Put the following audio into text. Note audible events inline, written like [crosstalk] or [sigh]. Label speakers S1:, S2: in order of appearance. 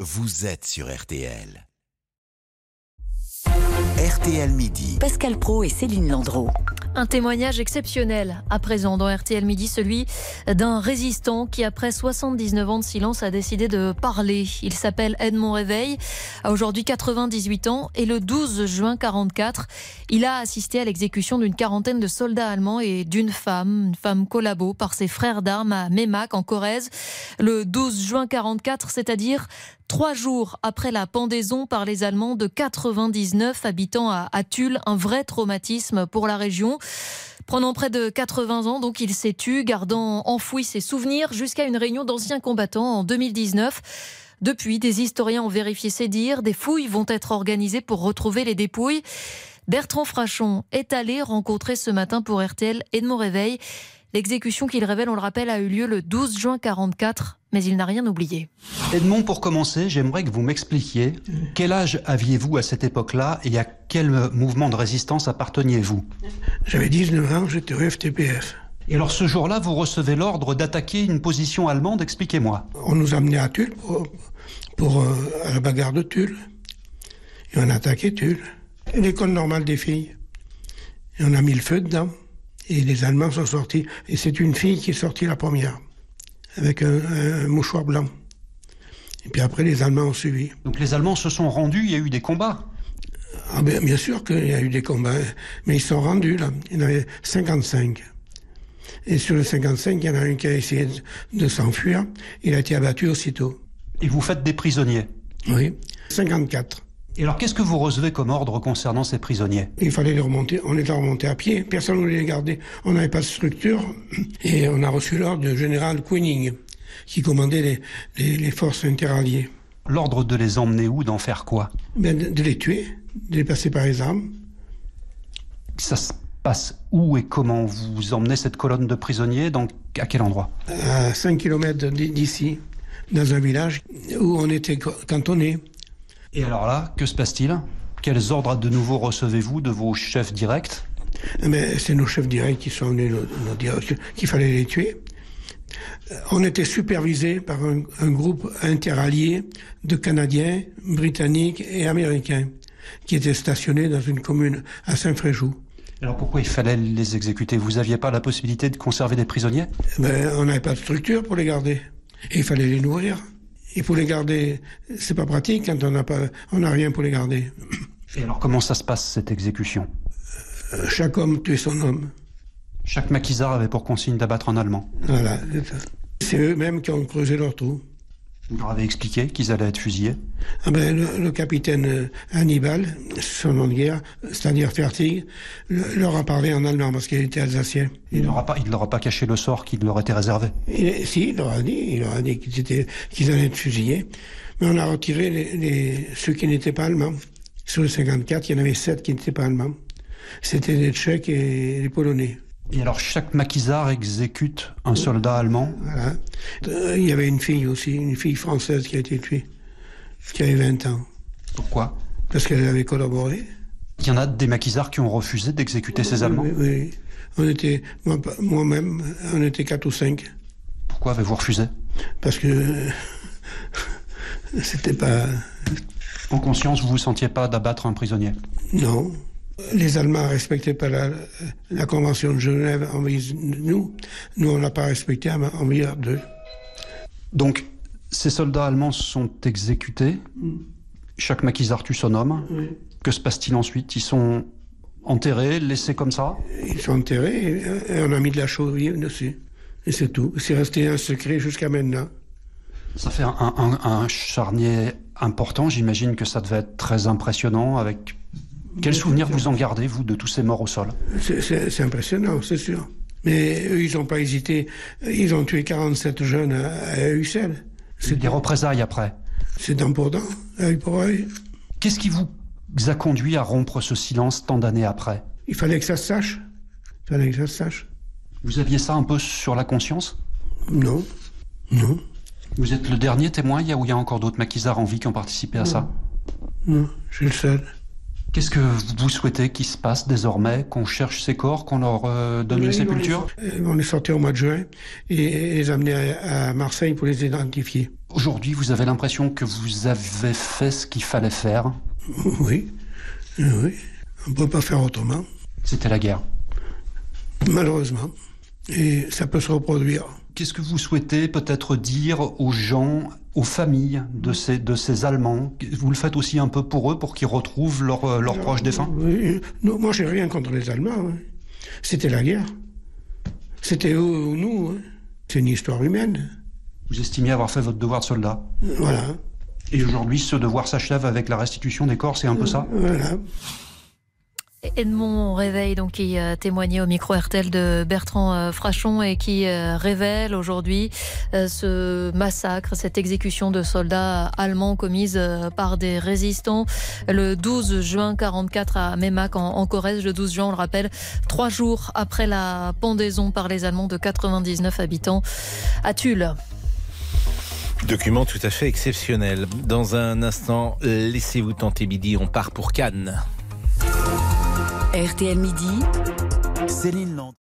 S1: vous êtes sur RTL. RTL Midi.
S2: Pascal Pro et Céline Landreau.
S3: Un témoignage exceptionnel à présent dans RTL Midi, celui d'un résistant qui, après 79 ans de silence, a décidé de parler. Il s'appelle Edmond Réveil, a aujourd'hui 98 ans et le 12 juin 44, il a assisté à l'exécution d'une quarantaine de soldats allemands et d'une femme, une femme collabo par ses frères d'armes à Mémac en Corrèze. Le 12 juin 44, c'est-à-dire Trois jours après la pendaison par les Allemands de 99 habitants à, à Tulle, un vrai traumatisme pour la région. Prenant près de 80 ans, donc il s'est tu, gardant enfoui ses souvenirs jusqu'à une réunion d'anciens combattants en 2019. Depuis, des historiens ont vérifié ses dires, des fouilles vont être organisées pour retrouver les dépouilles. Bertrand Frachon est allé rencontrer ce matin pour RTL Edmond Réveil. L'exécution qu'il révèle, on le rappelle, a eu lieu le 12 juin 44, mais il n'a rien oublié.
S4: Edmond, pour commencer, j'aimerais que vous m'expliquiez quel âge aviez-vous à cette époque-là et à quel euh, mouvement de résistance apparteniez-vous
S5: J'avais 19 ans, j'étais au FTPF.
S4: Et alors ce jour-là, vous recevez l'ordre d'attaquer une position allemande, expliquez-moi.
S5: On nous amenait à Tulle pour, pour euh, à la bagarre de Tulle. Et on a attaqué Tulle. L'école normale des filles. Et on a mis le feu dedans. Et les Allemands sont sortis. Et c'est une fille qui est sortie la première, avec un, un, mouchoir blanc. Et puis après, les Allemands ont suivi.
S4: Donc les Allemands se sont rendus, il y a eu des combats
S5: ah ben, Bien sûr qu'il y a eu des combats, hein. mais ils sont rendus là. Il y en avait 55. Et sur les 55, il y en a un qui a essayé de s'enfuir. Il a été abattu aussitôt.
S4: Et vous faites des prisonniers
S5: Oui, 54.
S4: Et alors, qu'est-ce que vous recevez comme ordre concernant ces prisonniers
S5: Il fallait les remonter. On les a remontés à pied. Personne ne voulait les garder. On n'avait pas de structure. Et on a reçu l'ordre du général Quening, qui commandait les, les, les forces interalliées.
S4: L'ordre de les emmener où D'en faire quoi
S5: ben, de, de, les tuer, de les passer par les armes.
S4: Ça se passe où et comment Vous emmenez cette colonne de prisonniers dans, À quel endroit
S5: À 5 km d'ici, dans un village où on était cantonné.
S4: Et alors là, que se passe-t-il Quels ordres de nouveau recevez-vous de vos chefs directs
S5: Mais c'est nos chefs directs qui sont venus nous dire qu'il fallait les tuer. Euh, On était supervisé par un, un, groupe interallié de Canadiens, Britanniques et Américains qui étaient stationnés dans une commune à Saint-Fréjou.
S4: Alors pourquoi il fallait les exécuter Vous n'aviez pas la possibilité de conserver des prisonniers
S5: Mais On n'avait pas de structure pour les garder. Et il fallait les nourrir. Et pour les garder, c'est pas pratique quand on n'a pas, on n'a rien pour les garder.
S4: Et alors, comment ça se passe cette exécution
S5: euh, Chaque homme tue son homme.
S4: Chaque maquisard avait pour consigne d'abattre un Allemand.
S5: Voilà, c'est eux-mêmes qui ont creusé leur trou.
S4: Vous leur avez expliqué qu'ils allaient être fusillés
S5: ah ben, le, le, capitaine euh, Hannibal, son nom de guerre, c'est-à-dire Fertig, le, leur a parlé en allemand parce qu'il était alsacien.
S4: Il ne leur, leur, a pas caché le sort qui leur était réservé
S5: il, Si, il leur a dit, il leur a dit qu'ils qu allaient être fusillés. Mais on a retiré les, les ceux qui n'étaient pas allemands. Sur les 54, il y en avait 7 qui n'étaient pas allemands. C'était les Tchèques et les Polonais.
S4: Et alors chaque maquisard exécute un soldat allemand
S5: Voilà. Euh, il y avait une fille aussi, une fille française qui a été tuée, qui avait 20 ans.
S4: Pourquoi
S5: Parce qu'elle avait collaboré.
S4: Il y en a des maquisards qui ont refusé d'exécuter
S5: oui,
S4: ces Allemands
S5: oui, oui, On était, moi-même, moi on était 4 ou 5.
S4: Pourquoi avez-vous refusé
S5: Parce que [laughs] c'était pas...
S4: En conscience, vous ne vous sentiez pas d'abattre un prisonnier
S5: Non. Les Allemands ne respectaient pas la, la, Convention de Genève envers nous. Nous, on ne l'a pas respectée envers d'eux.
S4: Donc, ces soldats allemands sont exécutés. Mm. Chaque maquisard tue son homme. Oui. Que se passe-t-il ensuite Ils sont enterrés, laissés comme ça
S5: Ils sont enterrés et, et on a mis de la chaux vive dessus. Et c'est tout. C'est resté un secret jusqu'à maintenant.
S4: Ça fait un, un, un charnier important. J'imagine que ça devait être très impressionnant avec quel souvenir vous en gardez, vous, de tous ces morts au sol
S5: C'est impressionnant, c'est sûr. Mais eux, ils n'ont pas hésité. Ils ont tué 47 jeunes à, Ussel.
S4: C'est des représailles après.
S5: C'est dent pour dent, œil pour œil.
S4: Qu'est-ce qui vous a conduit à rompre ce silence tant d'années après
S5: Il fallait que ça se sache. Il fallait que ça se sache.
S4: Vous aviez ça un peu sur la conscience
S5: Non. Non.
S4: Vous êtes le dernier témoin Il y a, ou il y a encore d'autres maquisards en vie qui ont participé à
S5: non.
S4: ça
S5: Non, je suis le seul.
S4: Qu'est-ce que vous souhaitez qu'il se passe désormais, qu'on cherche ces corps, qu'on leur euh, donne oui, une sépulture
S5: Euh, On les sortait au mois de juin et, et les amener à, à, Marseille pour les identifier.
S4: Aujourd'hui, vous avez l'impression que vous avez fait ce qu'il fallait faire.
S5: Oui, Euh, oui. On ne peut pas faire autrement,
S4: C'était la guerre.
S5: malheureusement. Et ça peut se reproduire.
S4: Qu'est-ce que vous souhaitez peut-être dire aux gens, aux familles de ces, de ces Allemands Vous le faites aussi un peu pour eux, pour qu'ils retrouvent leurs euh, leurs proches défunts
S5: Oui, non, moi, j'ai rien contre les Allemands. hein. C'était la guerre. C'était eux ou nous. hein. C'est une histoire humaine.
S4: Vous estimez avoir fait votre devoir de soldat.
S5: Voilà.
S4: Et aujourd'hui, ce devoir s'achève avec la restitution des corps, c'est un peu ça
S5: Voilà.
S3: Edmond Réveil, donc, qui euh, témoignait au micro RTL de Bertrand euh, Frachon et qui euh, révèle aujourd'hui euh, ce massacre, cette exécution de soldats allemands commise euh, par des résistants le 12 juin 44 à Memac en, en Corrèze. Le 12 juin, on le rappelle, trois jours après la pendaison par les Allemands de 99 habitants à Tulle.
S6: Document tout à fait exceptionnel. Dans un instant, laissez-vous tenter midi, on part pour Cannes.
S2: RTL Midi,
S1: Céline Landreau.